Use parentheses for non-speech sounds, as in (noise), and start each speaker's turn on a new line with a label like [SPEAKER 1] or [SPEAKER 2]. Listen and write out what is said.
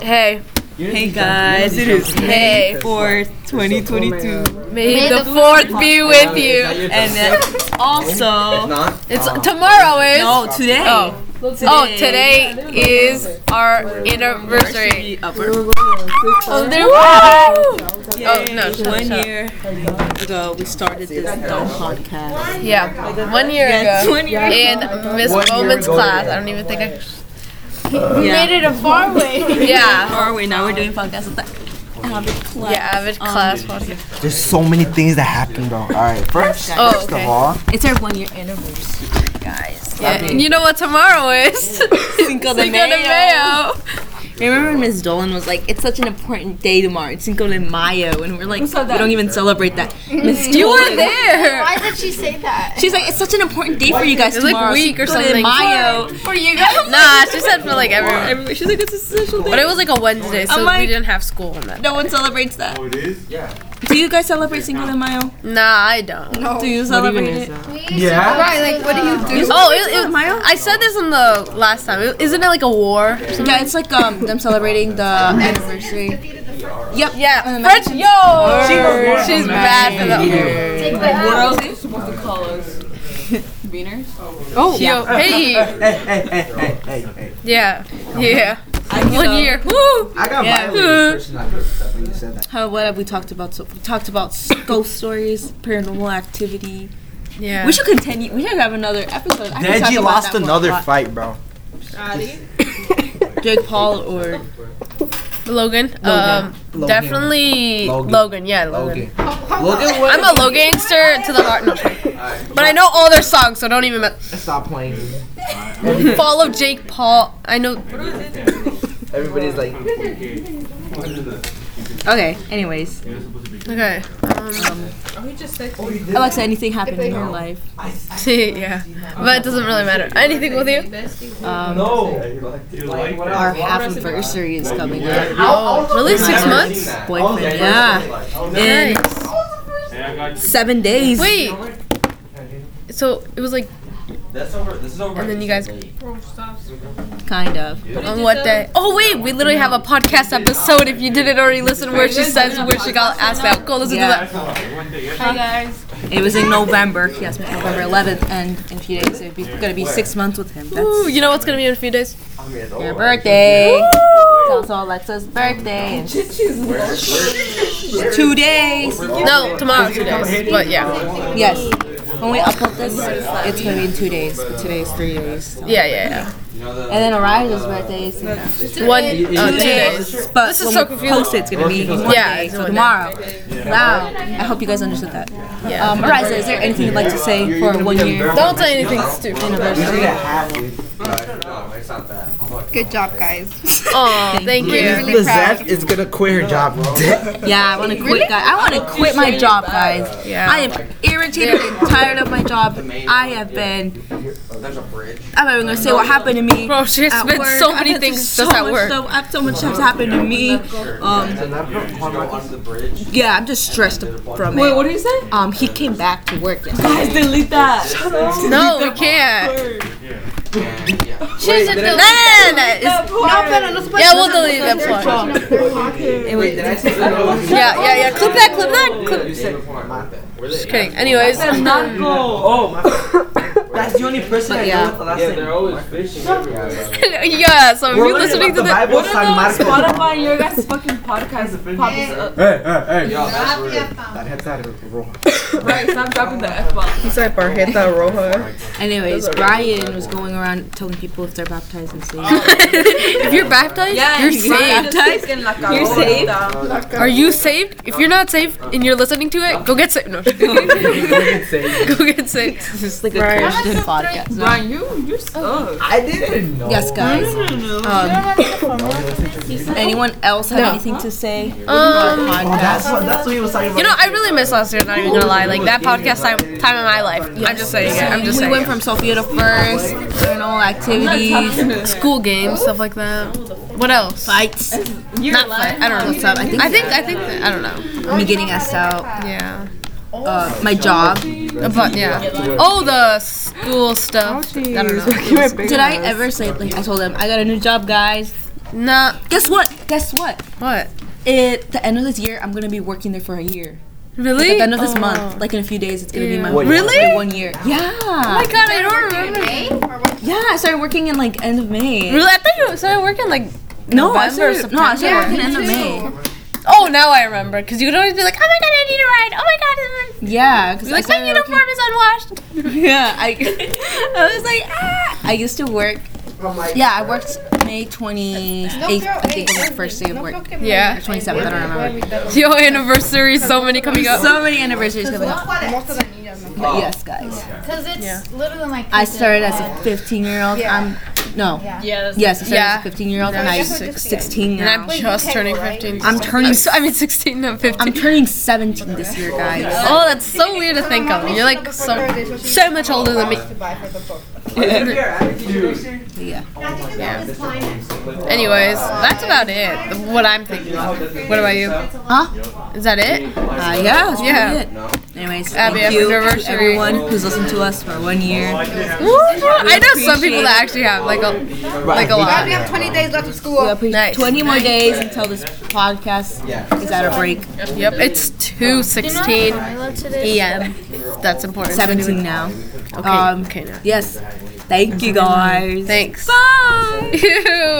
[SPEAKER 1] Hey,
[SPEAKER 2] Hey guys, it is
[SPEAKER 1] May
[SPEAKER 2] May 4th,
[SPEAKER 1] may,
[SPEAKER 2] 2022.
[SPEAKER 3] May
[SPEAKER 1] the
[SPEAKER 3] the
[SPEAKER 1] fourth be with you.
[SPEAKER 2] And
[SPEAKER 4] And
[SPEAKER 2] that's also,
[SPEAKER 1] It's tomorrow is.
[SPEAKER 2] no, today.
[SPEAKER 1] Oh, oh, today is our anniversary.
[SPEAKER 2] Anniversary of our-
[SPEAKER 1] Oh, there Woo! Oh,
[SPEAKER 2] Yay,
[SPEAKER 1] no, shut up,
[SPEAKER 2] One
[SPEAKER 1] shut up.
[SPEAKER 2] year ago, we started this dumb podcast.
[SPEAKER 1] Yeah, one year
[SPEAKER 2] Yes,
[SPEAKER 1] ago
[SPEAKER 2] one year ago.
[SPEAKER 1] in Miss
[SPEAKER 4] One year
[SPEAKER 1] Bowman's
[SPEAKER 4] ago,
[SPEAKER 1] class.
[SPEAKER 4] yeah.
[SPEAKER 1] I don't even think I.
[SPEAKER 2] Yeah.
[SPEAKER 3] it a far way.
[SPEAKER 1] Yeah,
[SPEAKER 2] Or we now we're doing podcasts with the avid class.
[SPEAKER 1] yeah, avid
[SPEAKER 2] Um,
[SPEAKER 1] class. podcast.
[SPEAKER 4] There's so many things that happened, though. All right, first,
[SPEAKER 1] Oh,
[SPEAKER 4] first
[SPEAKER 1] okay.
[SPEAKER 4] of all,
[SPEAKER 2] It's our one year anniversary, guys.
[SPEAKER 1] Yeah, and you know what tomorrow is?
[SPEAKER 2] Cinco de
[SPEAKER 1] Cinco de Mayo.
[SPEAKER 2] Remember when Ms. Dolan was like, it's such an important day tomorrow, it's Cinco de Mayo, and we're like, we don't even celebrate that. (laughs) Ms.
[SPEAKER 1] You were
[SPEAKER 2] Dolan-
[SPEAKER 1] there.
[SPEAKER 3] Why did she say that?
[SPEAKER 2] She's like, it's such an important day for you guys
[SPEAKER 1] It's like
[SPEAKER 2] tomorrow.
[SPEAKER 1] week or
[SPEAKER 2] Cinco de
[SPEAKER 1] something.
[SPEAKER 2] Mayo.
[SPEAKER 3] For you guys.
[SPEAKER 1] (laughs) Nah, she said for like everyone.
[SPEAKER 2] Everybody- She's like, it's a social
[SPEAKER 1] But
[SPEAKER 2] day.
[SPEAKER 1] it was like a Wednesday, so
[SPEAKER 2] I'm like-
[SPEAKER 1] we didn't have school on that.
[SPEAKER 2] No one celebrates that.
[SPEAKER 5] Oh, it is? Yeah.
[SPEAKER 2] Do you guys celebrate Cinco de Mayo?
[SPEAKER 1] Nah, I don't.
[SPEAKER 2] Do you celebrate it?
[SPEAKER 4] Yeah.
[SPEAKER 3] Right, like, what do you do?
[SPEAKER 1] Oh, it, it, I said this in the last time. is isn't it like a war? or something?
[SPEAKER 2] Yeah, it's like um them celebrating
[SPEAKER 5] (laughs)
[SPEAKER 2] the anniversary. Yep.
[SPEAKER 1] Yeah,
[SPEAKER 2] Um,
[SPEAKER 1] French. Yo,
[SPEAKER 4] Word.
[SPEAKER 1] she's bad for that.
[SPEAKER 3] Take the L.
[SPEAKER 2] Girls, it's (laughs)
[SPEAKER 1] Oh, yo,
[SPEAKER 4] (laughs)
[SPEAKER 1] hey,
[SPEAKER 4] hey, hey, hey, hey, hey, hey.
[SPEAKER 1] yeah, yeah.
[SPEAKER 2] like
[SPEAKER 1] One year. Woo.
[SPEAKER 4] I got
[SPEAKER 2] Yeah.
[SPEAKER 4] violated personally when you said that.
[SPEAKER 2] How what have we talked about? So we talked about
[SPEAKER 1] (coughs)
[SPEAKER 2] ghost stories, paranormal activity.
[SPEAKER 1] Yeah.
[SPEAKER 2] We should continue. We should have another episode. I could talk
[SPEAKER 4] Deji
[SPEAKER 2] about
[SPEAKER 4] lost
[SPEAKER 2] that for a
[SPEAKER 4] another
[SPEAKER 2] lot.
[SPEAKER 4] fight, bro.
[SPEAKER 2] Jake Paul or
[SPEAKER 1] Logan. Um,
[SPEAKER 2] Logan.
[SPEAKER 4] Logan.
[SPEAKER 1] definitely Logan.
[SPEAKER 4] Logan.
[SPEAKER 1] Yeah, Logan.
[SPEAKER 4] Logan.
[SPEAKER 1] (laughs)
[SPEAKER 4] Logan, what?
[SPEAKER 1] I'm a Logangster to the heart. No, sorry. but I know all their songs, so don't even. ma-
[SPEAKER 4] Stop playing.
[SPEAKER 1] Follow Jake Paul. I know.
[SPEAKER 4] Everybody's like,
[SPEAKER 2] okay. Anyways,
[SPEAKER 1] Okay. um,
[SPEAKER 2] Alexa, anything happened in your life?
[SPEAKER 1] See, (laughs) yeah. But it doesn't really matter. Anything with you?
[SPEAKER 2] Um,
[SPEAKER 4] no.
[SPEAKER 2] our half anniversary is coming up.
[SPEAKER 1] Oh, really? Six
[SPEAKER 2] Never.
[SPEAKER 1] months?
[SPEAKER 2] Boyfriend, yeah. In
[SPEAKER 1] Nice.
[SPEAKER 2] seven days.
[SPEAKER 1] Wait. So it was like
[SPEAKER 5] That's over. This is over.
[SPEAKER 1] And then you guys-
[SPEAKER 2] Kind of.
[SPEAKER 1] on what day? Oh wait, we literally have a podcast episode. If you didn't already listen, where she says where she got asked out, go listen
[SPEAKER 2] Yeah.
[SPEAKER 1] to
[SPEAKER 3] Hi, guys.
[SPEAKER 2] It was in November. Yes, November 11th, and in a few days it'll be gonna be six months with him.
[SPEAKER 1] that.
[SPEAKER 2] That's
[SPEAKER 1] Ooh, you know what's gonna be in a few days?
[SPEAKER 2] your birthday. It's also Alexa's birthday. Two days.
[SPEAKER 1] No, tomorrow. Two days. But yeah,
[SPEAKER 2] Yes. When we upload this, it's gonna be in two days. But today's three days. so.
[SPEAKER 1] yeah, yeah,
[SPEAKER 2] And then Oriza's birthday is in
[SPEAKER 1] yeah. One, uh, two days.
[SPEAKER 2] But
[SPEAKER 1] This is
[SPEAKER 2] when
[SPEAKER 1] so
[SPEAKER 2] we
[SPEAKER 1] confusing.
[SPEAKER 2] Post it, it's gonna be in one
[SPEAKER 1] Yeah,
[SPEAKER 2] day,
[SPEAKER 1] it's
[SPEAKER 2] so
[SPEAKER 1] one day.
[SPEAKER 2] tomorrow. Wow. I hope you guys understood that.
[SPEAKER 1] Yeah.
[SPEAKER 2] Um, Ariza, is there anything you'd like to say for one year?
[SPEAKER 1] Don't say anything stupid.
[SPEAKER 4] You need a half.
[SPEAKER 3] Good job, guys.
[SPEAKER 1] Oh, thank you.
[SPEAKER 3] Really proud.
[SPEAKER 4] Lizette is gonna quit her job.
[SPEAKER 2] Yeah, I want to quit, guys. I want to quit my job, guys.
[SPEAKER 1] Yeah.
[SPEAKER 2] I am irritated and tired of my job. I have been.
[SPEAKER 4] There's a bridge.
[SPEAKER 2] I'm not even gonna say what happened to me.
[SPEAKER 1] Bro, she has
[SPEAKER 2] at
[SPEAKER 1] been
[SPEAKER 2] work.
[SPEAKER 1] so
[SPEAKER 2] I've
[SPEAKER 1] many
[SPEAKER 2] had
[SPEAKER 1] things
[SPEAKER 2] so
[SPEAKER 1] just at
[SPEAKER 2] much
[SPEAKER 1] work.
[SPEAKER 2] stuff- I've so much stuff happened to me. Um, yeah, I'm just stressed from it. Wait, what did you say? Um, he came back to work. Guys, delete that.
[SPEAKER 1] No, we can't. (laughs)
[SPEAKER 3] She's a
[SPEAKER 1] Then yeah, we'll delete that part.
[SPEAKER 4] Wait, did I say
[SPEAKER 1] (laughs)
[SPEAKER 4] that?
[SPEAKER 1] Yeah, yeah, yeah. Clip that, clip that. Clip.
[SPEAKER 4] You said my bad.
[SPEAKER 1] Just kidding. Oh, Anyways, (laughs)
[SPEAKER 4] That's the only person I
[SPEAKER 2] yeah.
[SPEAKER 4] know with the last name.
[SPEAKER 5] They're always fishing everywhere.
[SPEAKER 1] yeah. So if you're listening to this,
[SPEAKER 4] Bible, San Marcos.
[SPEAKER 6] your guys' fucking podcast pops up.
[SPEAKER 4] Hey, hey, hey.
[SPEAKER 6] Right, stop dropping the F bomb.
[SPEAKER 2] Anyways, Brian was going around telling people if they're baptized and
[SPEAKER 1] Oh,
[SPEAKER 2] saved.
[SPEAKER 1] (laughs) if you're baptized, you're saved.
[SPEAKER 2] (laughs)
[SPEAKER 6] You're
[SPEAKER 2] safe.
[SPEAKER 1] Are you saved? If you're not saved and you're listening to it, go get saved. No. go get saved.
[SPEAKER 2] It's like a Christian podcast.
[SPEAKER 6] Brian, you, you suck.
[SPEAKER 4] I didn't know.
[SPEAKER 2] Yes, guys. Um, anyone else have
[SPEAKER 1] No.
[SPEAKER 2] anything to say?
[SPEAKER 1] Um,
[SPEAKER 4] Oh, that's what that's what he was talking about.
[SPEAKER 1] you know, I really miss last year. Not even gonna lie, like that podcast time, time in my life. I'm just saying it. I'm just
[SPEAKER 2] we
[SPEAKER 1] saying.
[SPEAKER 2] went
[SPEAKER 1] It.
[SPEAKER 2] from Sophia to first, paranormal activities,
[SPEAKER 1] School games, stuff like that. What else?
[SPEAKER 2] fights.
[SPEAKER 1] Not fight. I don't know.
[SPEAKER 2] What's up? I think
[SPEAKER 1] I think. I think. That, I don't know.
[SPEAKER 2] me getting us out.
[SPEAKER 1] Yeah.
[SPEAKER 2] Uh, my job.
[SPEAKER 1] But yeah. Oh, the
[SPEAKER 2] (laughs)
[SPEAKER 1] school stuff. I don't know.
[SPEAKER 2] Did I ever say like I told them I got a new job, guys?
[SPEAKER 1] Nah.
[SPEAKER 2] Guess what? Guess what?
[SPEAKER 1] What?
[SPEAKER 2] At the end of this year, I'm gonna be working there for a year.
[SPEAKER 1] Really?
[SPEAKER 2] At the end of this
[SPEAKER 1] Oh.
[SPEAKER 2] month, like in a few days, it's gonna be my
[SPEAKER 1] Ew. Really?
[SPEAKER 2] my one year. Yeah.
[SPEAKER 1] Oh my god, I don't remember.
[SPEAKER 2] yeah, I started working in like end of May.
[SPEAKER 1] Really? I thought you started working like
[SPEAKER 2] No, I
[SPEAKER 1] November,
[SPEAKER 2] started, no, I started
[SPEAKER 1] September.
[SPEAKER 2] working
[SPEAKER 1] Yeah,
[SPEAKER 2] end of
[SPEAKER 1] me
[SPEAKER 2] May.
[SPEAKER 1] Oh, now I remember. Because you would always be like, oh my god, I need a ride. Oh my god. and then-
[SPEAKER 2] Yeah, because
[SPEAKER 1] You're like, my uniform is unwashed. (laughs)
[SPEAKER 2] (laughs) Yeah, I, I (laughs) was like, ah. I used to work.
[SPEAKER 1] Oh,
[SPEAKER 2] Yeah, I worked May 28th, I think, was my first day of work.
[SPEAKER 1] Yeah.
[SPEAKER 2] Or 27th, I don't remember.
[SPEAKER 1] Yo, anniversary, so many coming up.
[SPEAKER 2] So many anniversaries coming up. But yes, guys.
[SPEAKER 7] Because it's literally like
[SPEAKER 2] I started as a 15 year old. I'm, no.
[SPEAKER 6] Yeah.
[SPEAKER 2] Yes, I started
[SPEAKER 1] Yeah.
[SPEAKER 2] as a 15 year old and I'm
[SPEAKER 7] guess we're just
[SPEAKER 2] 16
[SPEAKER 1] And
[SPEAKER 2] now.
[SPEAKER 1] I'm just turning 15.
[SPEAKER 2] I'm turning,
[SPEAKER 1] I'm, so, (laughs) I mean 16, not 15.
[SPEAKER 2] I'm turning 17 this year, guys.
[SPEAKER 1] oh, that's so weird to think of. You're like so, so much older than me.
[SPEAKER 2] Yeah.
[SPEAKER 1] Anyways, that's about it. What I'm thinking. of. What about you?
[SPEAKER 2] Huh?
[SPEAKER 1] Is that it?
[SPEAKER 2] Uh, yeah, that's
[SPEAKER 1] Yeah.
[SPEAKER 2] yeah. it. Anyways,
[SPEAKER 1] Happy
[SPEAKER 2] thank you to
[SPEAKER 1] anniversary.
[SPEAKER 2] everyone who's listened to us for one year.
[SPEAKER 1] Woo! I know some people that actually have like a like a lot.
[SPEAKER 7] we have 20 days left of
[SPEAKER 2] We
[SPEAKER 7] school.
[SPEAKER 2] appreciate
[SPEAKER 1] Nice.
[SPEAKER 2] 20 more days until this podcast is at a break.
[SPEAKER 1] Yep, it's 2:16 p.m. That's important.
[SPEAKER 2] 17 now.
[SPEAKER 1] Okay.
[SPEAKER 2] Um,
[SPEAKER 1] okay now.
[SPEAKER 2] Yes. Thank you guys.
[SPEAKER 1] Thanks. (laughs) Bye.